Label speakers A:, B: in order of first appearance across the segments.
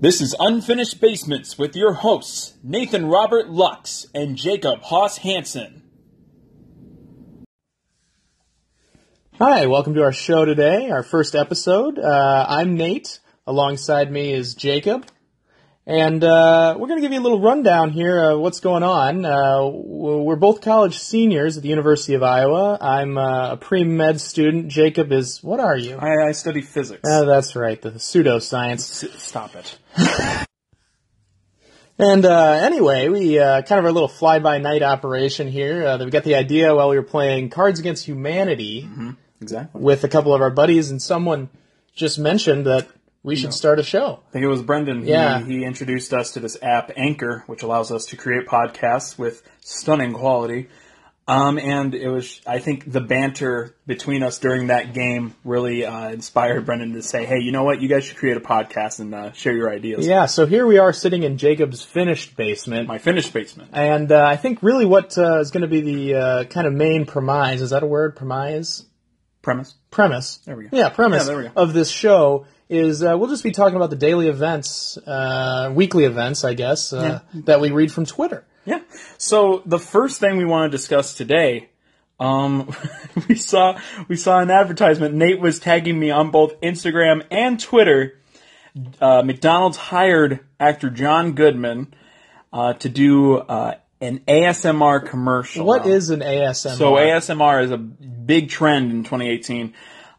A: This is Unfinished Basements with your hosts, Nathan Robert Lux and Jacob Haas Hansen.
B: Hi, welcome to our show today, our first episode. Uh, I'm Nate. Alongside me is Jacob. And uh, we're going to give you a little rundown here of what's going on. Uh, w- we're both college seniors at the University of Iowa. I'm uh, a pre med student. Jacob is, what are you?
A: I, I study physics.
B: Oh, that's right, the pseudoscience.
A: S- Stop it.
B: And uh, anyway, we uh, kind of our little fly by night operation here. Uh, that we got the idea while we were playing Cards Against Humanity
A: Exactly.
B: with a couple of our buddies, and someone just mentioned that we should start a show.
A: I think it was Brendan. He-
B: Yeah.
A: He, introduced us to this app, Anchor, which allows us to create podcasts with stunning quality. Um, and it was, I think, the banter between us during that game really uh, inspired Brendan to say, "Hey, you know what? You guys should create a podcast and uh, share your ideas."
B: Yeah, so here we are sitting in Jacob's finished basement.
A: My finished basement.
B: And uh, I think really what uh, is going to be the uh, kind of main premise is that a word? Premise?
A: Premise.
B: Premise.
A: There we go.
B: Yeah, premise
A: Yeah, there we go.
B: of this show is uh, we'll just be talking about the daily events, uh, weekly events, I guess, uh, that we read from Twitter.
A: Yeah. So the first thing we want to discuss today, um, we saw we saw an advertisement. Nate was tagging me on both Instagram and Twitter. Uh, McDonald's hired actor John Goodman uh, to do uh, an ASMR commercial.
B: What is an ASMR?
A: So ASMR is a big trend in 2018.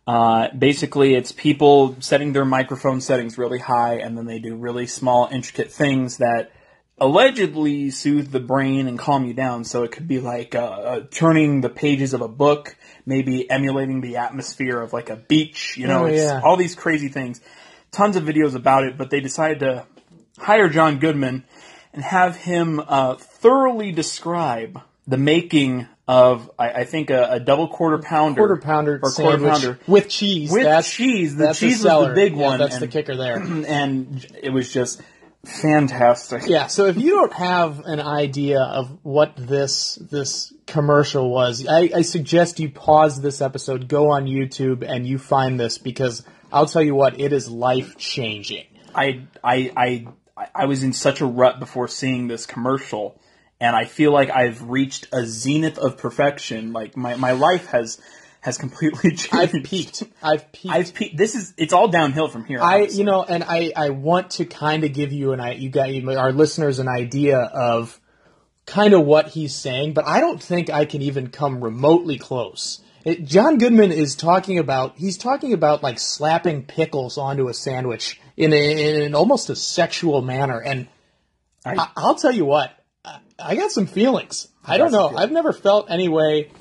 A: Uh, basically, it's people setting their microphone settings really high, and then they do really small, intricate things that allegedly soothe the brain and calm you down. So it could be like uh, uh, turning the pages of a book, maybe emulating the atmosphere of like a beach. You know,
B: Oh,
A: it's
B: yeah.
A: all these crazy things. Tons of videos about it, but they decided to hire John Goodman and have him uh, thoroughly describe the making of, I, I think, a, a double quarter pounder.
B: quarter pounder
A: or quarter
B: sandwich
A: pounder.
B: with cheese.
A: With
B: that's,
A: cheese. The
B: that's
A: cheese was the
B: seller.
A: big
B: Yeah,
A: one,
B: That's
A: and-
B: the kicker there.
A: And it was just fantastic.
B: Yeah, so if you don't have an idea of what this this commercial was, I, I suggest you pause this episode, go on YouTube, and you find this because I'll tell you what, it is life changing.
A: I, I, I, I was in such a rut before seeing this commercial. And I feel like I've reached a zenith of perfection. Like my, my life has has completely changed.
B: I've peaked. I've peaked.
A: I've peaked. This is it's all downhill from here.
B: I
A: honestly.
B: you know, and I I want to kind of give you an I you got you, our listeners an idea of kind of what he's saying, but I don't think I can even come remotely close. It, John Goodman is talking about he's talking about like slapping pickles onto a sandwich in, a, in an almost a sexual manner, and I, I'll tell you what, I, I got some feelings. I don't
A: some
B: know.
A: feelings.
B: I've never felt any way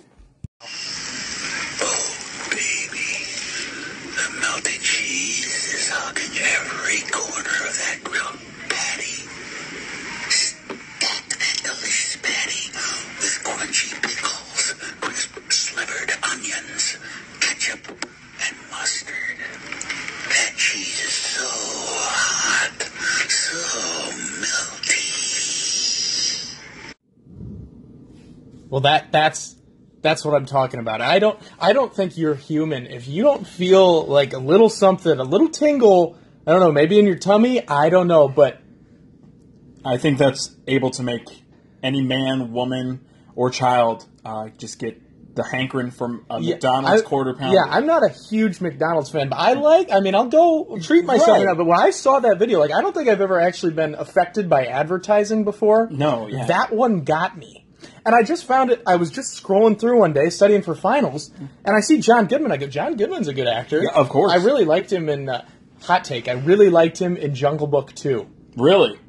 C: Baby, the melted cheese is hugging every corner of that grilled patty. Stack that delicious patty with crunchy pickles, crisp slivered onions, ketchup, and mustard. That cheese is so hot, so melty.
B: Well, that that's that's what I'm talking about. I don't I don't think you're human if you don't feel like a little something, a little tingle. I don't know, maybe in your tummy. I don't know, but
A: I think that's able to make any man, woman, or child uh, just get the hankering from a
B: yeah,
A: McDonald's
B: I-
A: quarter pounder.
B: Yeah, I'm not a huge McDonald's fan, but I like. I mean, I'll go treat myself.
A: Right.
B: Now, but when I saw that video, like I don't think I've ever actually been affected by advertising before.
A: No, yeah.
B: that one got me. And I just found it. I was just scrolling through one day, studying for finals, and I see John Goodman. I go, John Goodman's a good actor.
A: Yeah, of course.
B: I really liked him in uh, Hot Take. I really liked him in Jungle Book too.
A: really.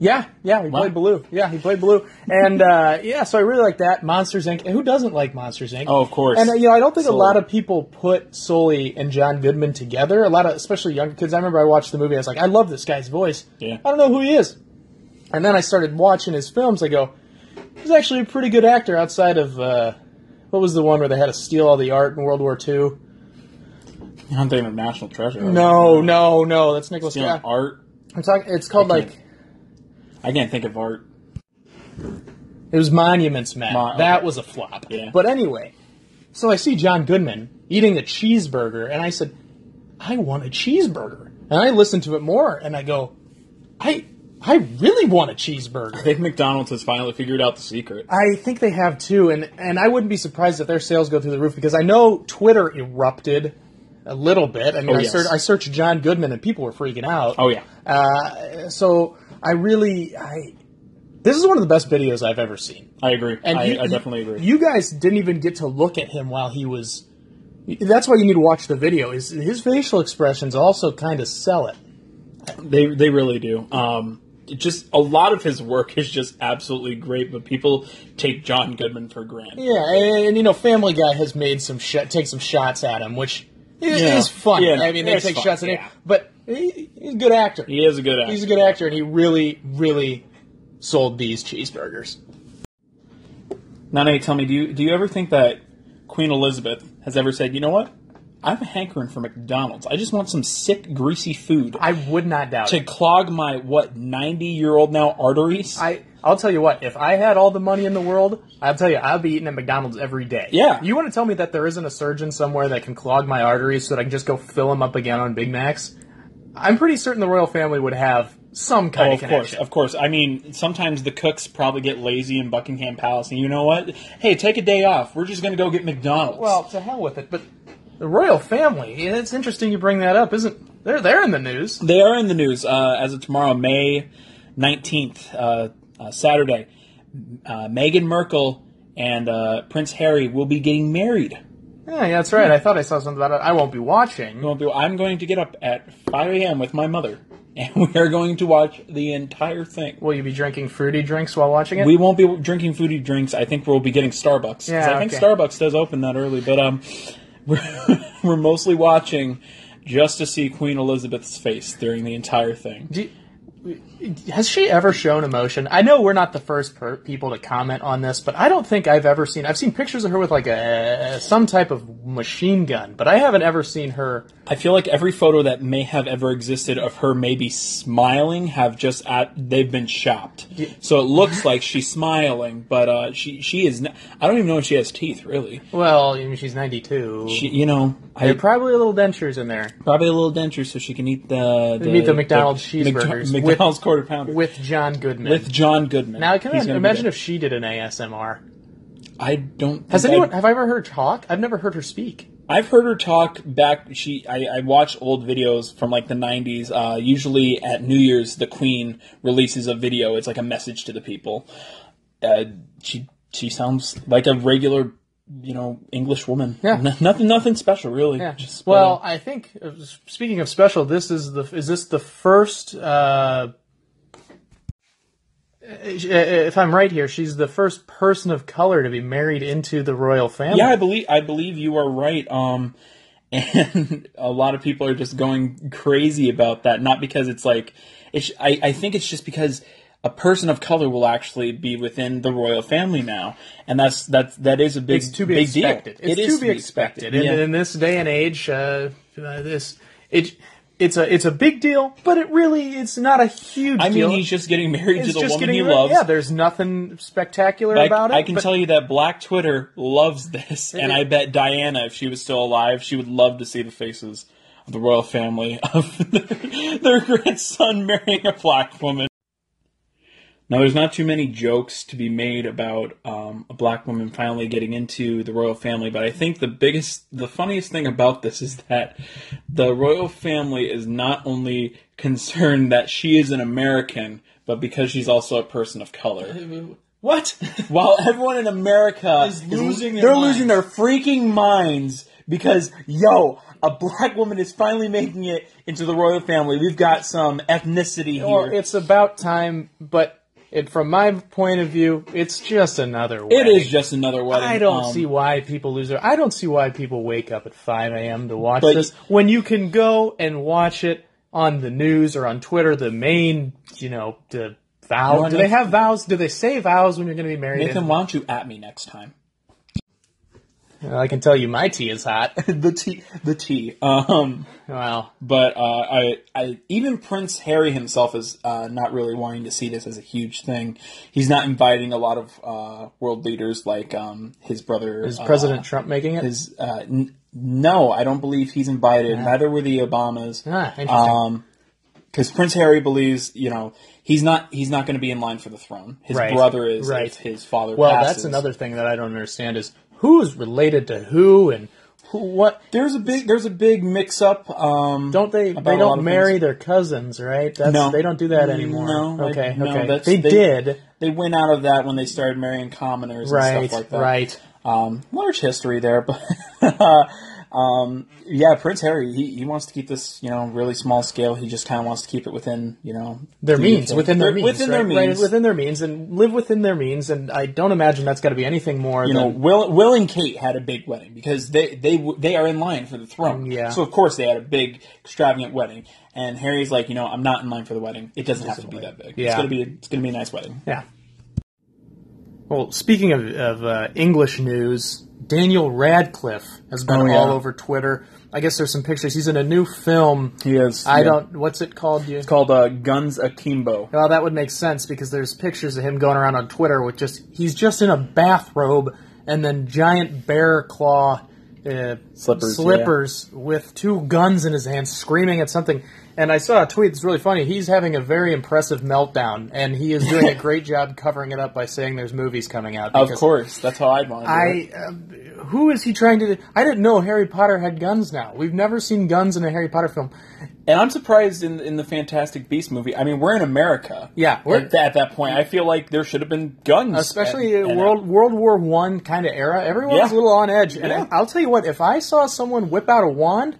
B: Yeah, yeah, he played Baloo. Yeah, he played Baloo, and uh, yeah, so I really like that Monsters Inc. And who doesn't like Monsters Inc?
A: Oh, of course.
B: And uh, you know, I don't think
A: Sully.
B: a lot of people put Sully and John Goodman together. A lot of, especially younger kids. I remember I watched the movie. I was like, I love this guy's voice.
A: Yeah.
B: I don't know who he is. And then I started watching his films. I go, he's actually a pretty good actor outside of uh, what was the one where they had to steal all the art in World War II?
A: I'm thinking of National Treasure.
B: No, no, no. That's Nicholas.
A: You know,
B: Cage.
A: art.
B: I'm talking. It's called
A: I can't-
B: like.
A: I can't think of art.
B: It was Monuments Man.
A: Mon-
B: That
A: okay.
B: was a flop.
A: Yeah.
B: But anyway, so I see John Goodman eating a cheeseburger, and I said, I want a cheeseburger. And I listen to it more and I go, I I really want a cheeseburger.
A: I think McDonald's has finally figured out the secret.
B: I think they have too, and and I wouldn't be surprised if their sales go through the roof because I know Twitter erupted a little bit. I mean,
A: Oh,
B: I,
A: yes.
B: searched, I searched John Goodman and people were freaking out.
A: Oh yeah,
B: Uh, so I really, I this is one of the best videos I've ever seen.
A: I agree.
B: And
A: I,
B: you-
A: I definitely agree.
B: You guys didn't even get to look at him while he was. That's why you need to watch the video. Is his facial expressions also kind of sell it?
A: They they really do. Um, it just a lot of his work is just absolutely great, but people take John Goodman for granted.
B: Yeah, and, and, you know, Family Guy has made some sh- take some shots at him, which i- is
A: Yeah.
B: fun.
A: Yeah,
B: I mean, they
A: it's
B: take
A: fun,
B: shots at
A: yeah.
B: him, but he, he's a good actor.
A: He is a good actor.
B: He's a good actor, and he really, really sold these cheeseburgers.
A: Nana, tell me, do you do you ever think that Queen Elizabeth has ever said, you know what? I'm hankering for McDonald's. I just want some sick, greasy food
B: I would not doubt
A: to
B: it.
A: clog my what 90 year old now arteries.
B: I I'll tell you what. If I had all the money in the world, I'll tell you I'll be eating at McDonald's every day.
A: Yeah.
B: You want to tell me that there isn't a surgeon somewhere that can clog my arteries so that I can just go fill them up again on Big Macs? I'm pretty certain the royal family would have some kind
A: Oh,
B: of
A: of
B: connection.
A: course, of course. I mean, sometimes the cooks probably get lazy in Buckingham Palace, and you know what? Hey, take a day off. We're just gonna go get McDonald's.
B: Well, to hell with it. But the royal family, it's interesting you bring that up, isn't they're they're in the news.
A: They are in the news uh, as of tomorrow, May 19th, uh, uh, Saturday. Uh, Meghan Merkel and uh, Prince Harry will be getting married.
B: Yeah, yeah, that's right. I thought I saw something about it. I won't be watching.
A: Won't be- I'm going to get up at 5 a.m. with my mother, and we are going to watch the entire thing.
B: Will you be drinking fruity drinks while watching it?
A: We won't be drinking foodie drinks. I think we'll be getting Starbucks. 'cause
B: Yeah,
A: I think
B: okay.
A: Starbucks does open that early, but um, we're, we're mostly watching just to see Queen Elizabeth's face during the entire thing.
B: Do you- has she ever shown emotion? I know we're not the first per- people to comment on this, but I don't think I've ever seen. I've seen pictures of her with like a some type of machine gun, but I haven't ever seen her.
A: I feel like every photo that may have ever existed of her maybe smiling have just at they've been shopped. So it looks like she's smiling, but uh, she she is. Not, I don't even know if she has teeth really.
B: Well, I mean, she's ninety two.
A: She you know
B: There
A: I
B: are probably little dentures in there
A: probably a little denture so she can eat the the,
B: Meet the McDonald's
A: McDo-
B: cheeseburgers with-
A: McDonald's quarter pounder with,
B: with John Goodman.
A: John Goodman.
B: now, can
A: He's
B: I
A: gonna be
B: imagine
A: good.
B: if she did an ASMR?
A: I don't.
B: Has
A: think
B: anyone
A: I,
B: have I ever heard her talk? I've never heard her speak.
A: I've heard her talk back. She, I, I watch old videos from like the '90s. Uh, usually at New Year's, the Queen releases a video. It's like a message to the people. Uh, she, she sounds like a regular, you know, English woman.
B: Yeah.
A: N- nothing, nothing special, really. Just, uh,
B: well, I think uh, speaking of special, this is the is this the first. Uh, if I'm right here, she's the first person of color to be married into the royal family.
A: yeah, I believe, I believe you are right. Um, and a lot of people are just going crazy about that. Not because it's like, it's. I, I think it's just because a person of color will actually be within the royal family now, and that's that's that is a big
B: it's to be
A: big
B: expected.
A: deal.
B: It's
A: It
B: to,
A: is
B: be expected. In,
A: Yeah.
B: in this day and age, uh, uh, this it it's a it's a big deal, but it really it's not a huge
A: I
B: deal.
A: mean, he's just getting married
B: It's
A: to the
B: just
A: woman
B: getting
A: he
B: rid-
A: loves.
B: Yeah, there's nothing spectacular
A: I,
B: about it.
A: I can
B: but-
A: tell you that Black Twitter loves this, and I bet Diana, if she was still alive, she would love to see the faces of the royal family of their, their grandson marrying a black woman. Now, there's not too many jokes to be made about um, a black woman finally getting into the royal family, but I think the biggest, the funniest thing about this is that the royal family is not only concerned that she is an American, but because she's also a person of color. What? While everyone in America
D: Is losing their
A: they're
D: minds.
A: losing their freaking minds because yo, a black woman is finally making it into the royal family. We've got some ethnicity here.
B: Well, it's about time, but it, from my point of view, it's just another way.
A: It is just another wedding.
B: I don't
A: Um,
B: see why people lose their. I don't see why people wake up at 5 a.m. to watch
A: But-
B: this when you can go and watch it on the news or on Twitter. The main, you know, the vow.
A: No,
B: do
A: no.
B: they have vows? Do they say vows when you're going to be married?
A: Nathan, why don't you at me next time?
B: And I can tell you, my tea is hot.
A: the tea, the tea. Um,
B: well,
A: but uh, I, I, even Prince Harry himself is uh, not really wanting to see this as a huge thing. He's not inviting a lot of uh, world leaders like um, his brother,
B: is
A: uh,
B: President Trump making it?
A: his uh, n- No, I don't believe he's invited. Neither were the Obamas.
B: Ah, interesting.
A: Um 'cause because Prince Harry believes, you know, he's not he's not going to be in line for the throne. His
B: Right,
A: brother is
B: right.
A: if his father.
B: well, that's
A: passes.
B: another thing that I don't understand is who's related to who and who what.
A: There's a big there's a big mix up. Um,
B: Don't they?
A: about a
B: they
A: lot
B: don't
A: of
B: marry
A: things.
B: their cousins, right? That's,
A: No.
B: they don't do that anymore.
A: No, I-
B: okay,
A: no,
B: okay.
A: that's-
B: they,
A: they-
B: did.
A: They went out of that when they started marrying commoners and
B: Right,
A: stuff like that.
B: right.
A: Um, large history there, but uh, um, yeah, Prince Harry he, he wants to keep this you know really small scale. He just kind of wants to keep it within you know
B: Their
A: the
B: means,
A: UK.
B: within their means,
A: within their
B: right? Right,
A: means.
B: within their means, and live within their means. And I don't imagine that's got to be anything more
A: you know,
B: than
A: Will, Will and Kate had a big wedding because they they w- they are in line for the throne.
B: Mm, Yeah.
A: So of course they had a big extravagant wedding, and Harry's like, you know, I'm not in line for the wedding. It doesn't have to be that big. It's
B: Yeah.
A: gonna be it's gonna be a nice wedding.
B: Yeah. Well, speaking of, of uh, English news, Daniel Radcliffe has been
A: Oh, yeah.
B: all over Twitter. I guess there's some pictures. He's in a new film.
A: He is.
B: I
A: yeah.
B: don't. What's it called? You?
A: It's called uh, Guns Akimbo.
B: Well, that would make sense because there's pictures of him going around on Twitter with just he's just in a bathrobe and then giant bear claw uh,
A: Slippers,
B: slippers with two guns in his hand, screaming at something. And I saw a tweet that's really funny. He's having a very impressive meltdown, and he is doing a great job covering it up by saying there's movies coming out.
A: Of
B: because
A: course, that's how I'd want to. do it.
B: I, um, who is he trying to? I didn't know Harry Potter had guns. Now we've never seen guns in a Harry Potter film.
A: And I'm surprised in in the Fantastic Beast movie. I mean, we're in America.
B: Yeah, we're-
A: at, that- at that point, I feel like there should have been guns,
B: especially
A: at-
B: uh,
A: at-
B: World World War One kind of era. Everyone's
A: Yeah.
B: a little on edge, and
A: Yeah.
B: I'll tell you what: if I saw someone whip out a wand,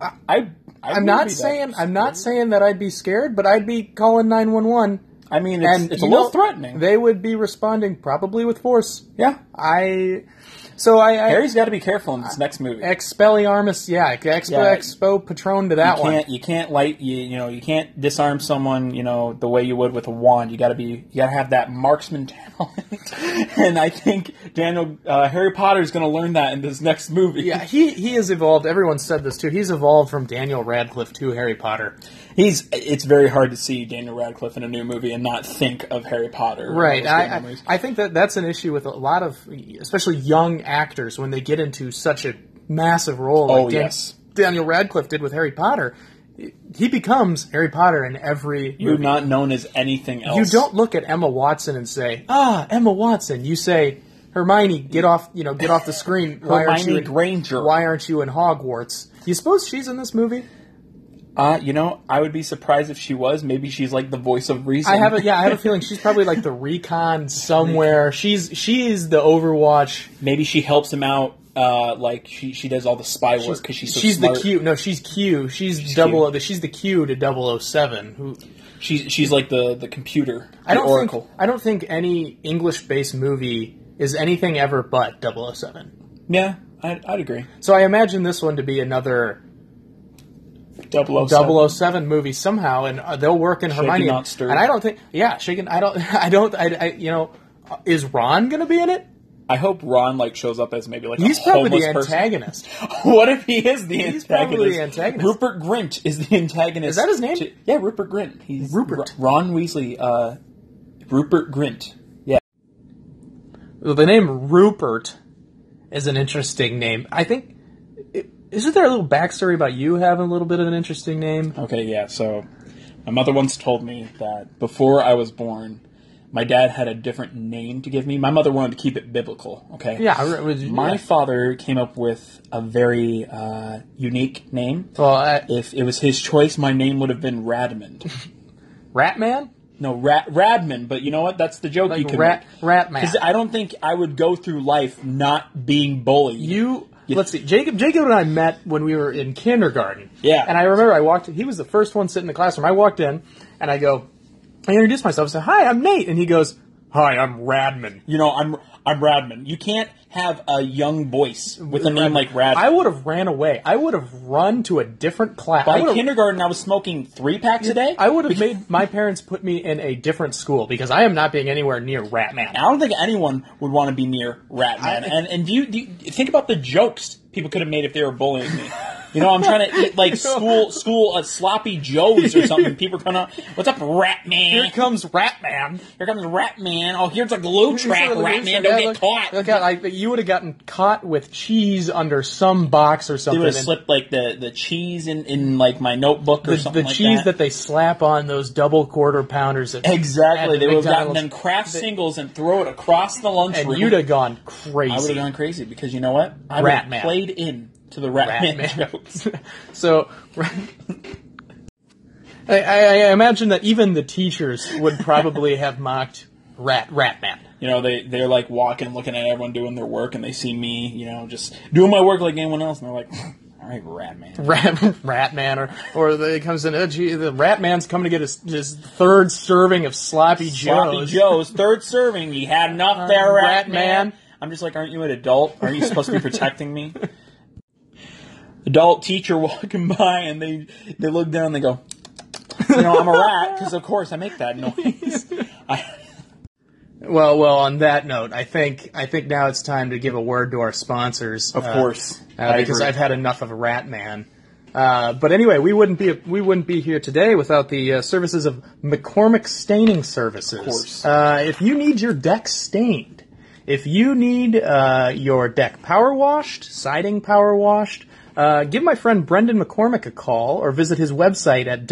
A: I, I
B: I'm
A: would be
B: not
A: that
B: saying I'm not
A: scared.
B: saying that I'd be scared, but I'd be calling nine one one,
A: I mean, it's,
B: and
A: it's a
B: you
A: little
B: know,
A: threatening.
B: They would be responding probably with force.
A: yeah,
B: I, so I, I
A: Harry's got to be careful in this next movie.
B: Expelliarmus, yeah, Expo
A: Yeah.
B: Expo Patron to that
A: you
B: one.
A: can't you can't light you you know you can't disarm someone you know the way you would with a wand. You got to be you got to have that marksman talent. and I think Daniel uh, Harry Potter is going to learn that in this next movie.
B: Yeah, he he has evolved. Everyone said this too. He's evolved from Daniel Radcliffe to Harry Potter.
A: He's. It's very hard to see Daniel Radcliffe in a new movie and not think of Harry Potter. and
B: Right.
A: all those good
B: I, I,
A: memories.
B: I think that that's an issue with a lot of, especially young actors, when they get into such a massive role like
A: Oh, yes.
B: Daniel Radcliffe did with Harry Potter. He becomes Harry Potter in every
A: You're
B: movie.
A: not known as anything else.
B: You don't look at Emma Watson and say, "Ah, Emma Watson." You say, "Hermione, get off! You know, get off the screen." Why aren't you
A: Hermione
B: in,
A: Granger.
B: Why aren't you in Hogwarts? You suppose she's in this movie?
A: Uh, you know, I would be surprised if she was. Maybe she's like the voice of reason.
B: I have a yeah. I have a feeling she's probably like the recon somewhere. She's she is the Overwatch
A: Maybe she helps him out. Uh, like she she does all the spy work because she's so smart.
B: the Q. No, she's Q. She's, double.
A: Q.
B: O- She's the Q to 007. Who
A: She's she's like the the computer.
B: I
A: the
B: don't
A: Oracle.
B: think. I don't think any English-based movie is anything ever but 007.
A: Yeah, I'd, I'd agree.
B: So I imagine this one to be another
A: Double O.
B: 007 movie somehow, and uh, they'll work in Hermione.
A: Oh not stirred.
B: And I don't think. Yeah, shaken. I don't. I don't. I, I. You know, uh, is Ron gonna be in it?
A: I hope Ron like shows up as maybe like
B: He's
A: a
B: probably the
A: homeless person.
B: antagonist.
A: What if he is the antagonist?
B: He's probably the antagonist.
A: Rupert Grint is the antagonist.
B: Is that his name?
A: to- yeah, Rupert Grint. He's
B: Rupert.
A: Ro- Ron Weasley. Uh, Rupert Grint. Yeah.
B: Well, the name Rupert is an interesting name. I think. i- Isn't there a little backstory about you having a little bit of an interesting name?
A: Okay. Yeah. So, my mother once told me that before I was born, my dad had a different name to give me. My mother wanted to keep it biblical. Okay.
B: Yeah, I re- was-
A: My
B: yeah.
A: father came up with a very uh, unique name.
B: Well, uh, I,
A: If it was his choice, my name would have been Radmond.
B: Ratman,
A: No, Ra- Radman, but you know what? That's the joke you
B: like
A: can
B: Rat
A: make.
B: Ratman.
A: Because I don't think I would go through life not being bullied.
B: you, let's see, Jacob. Jacob and I met when we were in kindergarten.
A: Yeah.
B: and I remember I walked. He was the first one sitting in the classroom. I walked in, and I go, I introduced myself. I said, "Hi, I'm Nate," and he goes, "Hi, I'm Radman."
A: you know, I'm I'm Radman. You can't have a young voice with a name like Radman.
B: Mm-hmm. I would have ran away. I would have run to a different class. I
A: By
B: would've-
A: kindergarten, I was smoking three packs a day.
B: I would have made my parents put me in a different school because I am not being anywhere near Ratman.
A: I don't think anyone would want to be near Ratman. and and do you, do you think about the jokes people could have made if they were bullying me? You know, I'm trying to eat like school school uh, sloppy joes or something. People come up, what's up, rat
B: Here
A: man?
B: comes Ratman.
A: Here comes rat man. Oh, here's a glue track,
B: Look,
A: rat
B: look,
A: man.
B: look,
A: Don't
B: yeah,
A: get
B: look,
A: caught.
B: Look out! I, you would have gotten caught with cheese under some box or
A: They
B: something.
A: would have
B: and
A: slipped like the, the cheese in, in like my notebook or
B: the,
A: something
B: the
A: like
B: cheese
A: that.
B: that they slap on those double quarter pounders. At,
A: Exactly.
B: at
A: they would have gotten them
B: McDonald's.
A: craft singles and throw it across the lunchroom.
B: and you'd have gone
A: I would
B: crazy.
A: have gone crazy because you know what? I
B: Rat
A: would've
B: man.
A: played in to the rat,
B: Rat
A: man,
B: man.
A: jokes.
B: so. I, I, I imagine that even the teachers would probably have mocked Rat Ratman.
A: You know, they they're like walking, looking at everyone doing their work, and they see me, you know, just doing my work like anyone else, and they're like, "All right, rat man."
B: Rat Ratman, or or they comes in. Oh, gee, the Ratman's coming to get his, his third serving of sloppy
A: Sloppy
B: joes.
A: Joe's third serving. You had enough there,
B: Uh,
A: rat,
B: Rat
A: man.
B: Man.
A: I'm just like, aren't you an adult? Aren't you supposed to be protecting me? Adult teacher walking by, and they they look down, and they go, "You know, I'm a rat because of course I make that noise." I,
B: Well, well. On that note, I think I think now it's time to give a word to our sponsors.
A: of
B: uh,
A: course,
B: uh,
A: I
B: because
A: agree.
B: I've had enough of Ratman. Uh, but anyway, we wouldn't be we wouldn't be here today without the uh, services of McCormick Staining Services. Of
A: course.
B: Uh, if you need your deck stained, if you need uh, your deck power washed, siding power washed, uh, give my friend Brendan McCormick a call or visit his website at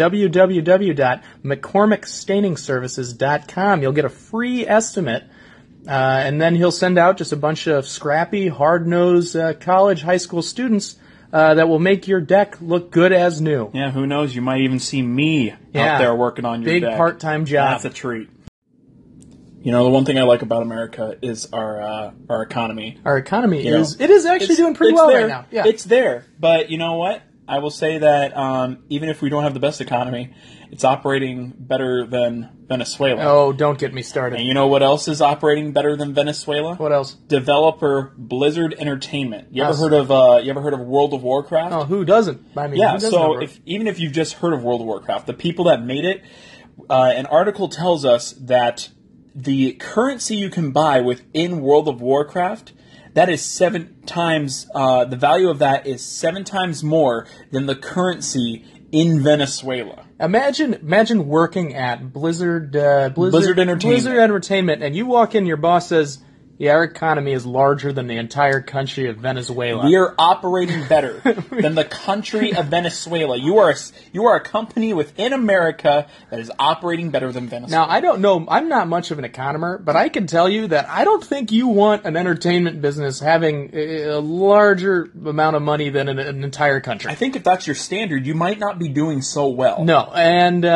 B: www.mccormickstainingservices.com. You'll get a free estimate uh, and then he'll send out just a bunch of scrappy, hard-nosed uh, college, high school students uh, that will make your deck look good as new.
A: Yeah, who knows? You might even see me out
B: Yeah.
A: there working on your
B: Big
A: deck.
B: part-time job.
A: That's a treat. You know, the one thing I like about America is our uh, our economy.
B: Our economy
A: You
B: is
A: know,
B: it is actually
A: It's-
B: doing pretty
A: it's
B: well
A: there.
B: right now. Yeah,
A: It's there, but you know what? I will say that um, even if we don't have the best economy, it's operating better than Venezuela.
B: oh, don't get me
A: And
B: started.
A: you know what else is operating better than Venezuela?
B: What else?
A: Developer Blizzard Entertainment. You ever
B: Us.
A: heard of uh, you ever heard of World of Warcraft?
B: Oh, who doesn't? I mean,
A: Yeah,
B: who doesn't
A: so
B: have-
A: if, even if you've just heard of World of Warcraft, the people that made it, uh, an article tells us that the currency you can buy within World of Warcraft, that is seven times, uh, the value of that is seven times more than the currency in Venezuela.
B: imagine imagine working at Blizzard uh, Blizzard
A: Blizzard Entertainment.
B: Blizzard Entertainment, and you walk in, your boss says, "Yeah, our economy is larger than the entire country of Venezuela."
A: We are operating better than the country of Venezuela. You are a, s- you are a company within America that is operating better than Venezuela.
B: Now, I don't know. I'm not much of an economer, but I can tell you that I don't think you want an entertainment business having a a larger amount of money than an, an entire country.
A: I think if that's your standard, you might not be doing so well.
B: no, and uh,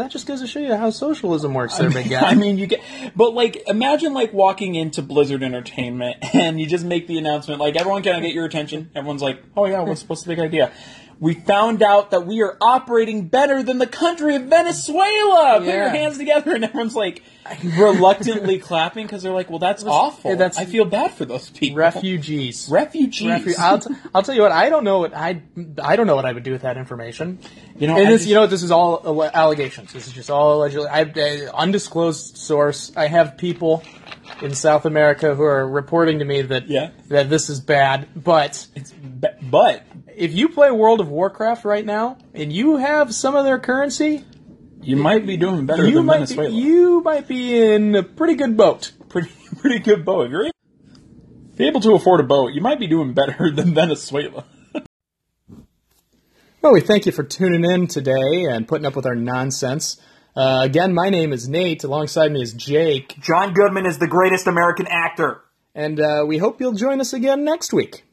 B: that just goes to show you how socialism works, there, big guy.
A: I mean, you get, but like, imagine like walking into Blizzard Entertainment and you just make the announcement, like, everyone, can I get your attention? Everyone's like, oh yeah, what's, what's the big idea? We found out that we are operating better than the country of Venezuela. Put your
B: Yeah.
A: hands together, and everyone's like reluctantly clapping because they're like, well, that's awful.
B: yeah, that's-
A: I feel bad for those people.
B: refugees.
A: Refugees.
B: Refu- I'll, t- I'll tell you what. I don't know what I I don't know what I would do with that information.
A: You know,
B: And
A: Oh, I
B: this,
A: just-
B: you know, this is all alle- allegations. This is just all allegedly. I, I, undisclosed source. I have people in South America who are reporting to me that
A: Yeah.
B: that this is bad. But
A: It's ba- but
B: if you play World of Warcraft right now and you have some of their currency,
A: you might be doing better
B: you
A: than
B: might be,
A: Venezuela.
B: you might be in a pretty good boat.
A: pretty pretty good boat. If you're able, if you're able to afford a boat, you might be doing better than Venezuela.
B: Well, we thank you for tuning in today and putting up with our nonsense. Uh, again, my name is Nate. Alongside me is Jake,
A: John Goodman is the greatest American actor.
B: and uh, we hope you'll join us again next week.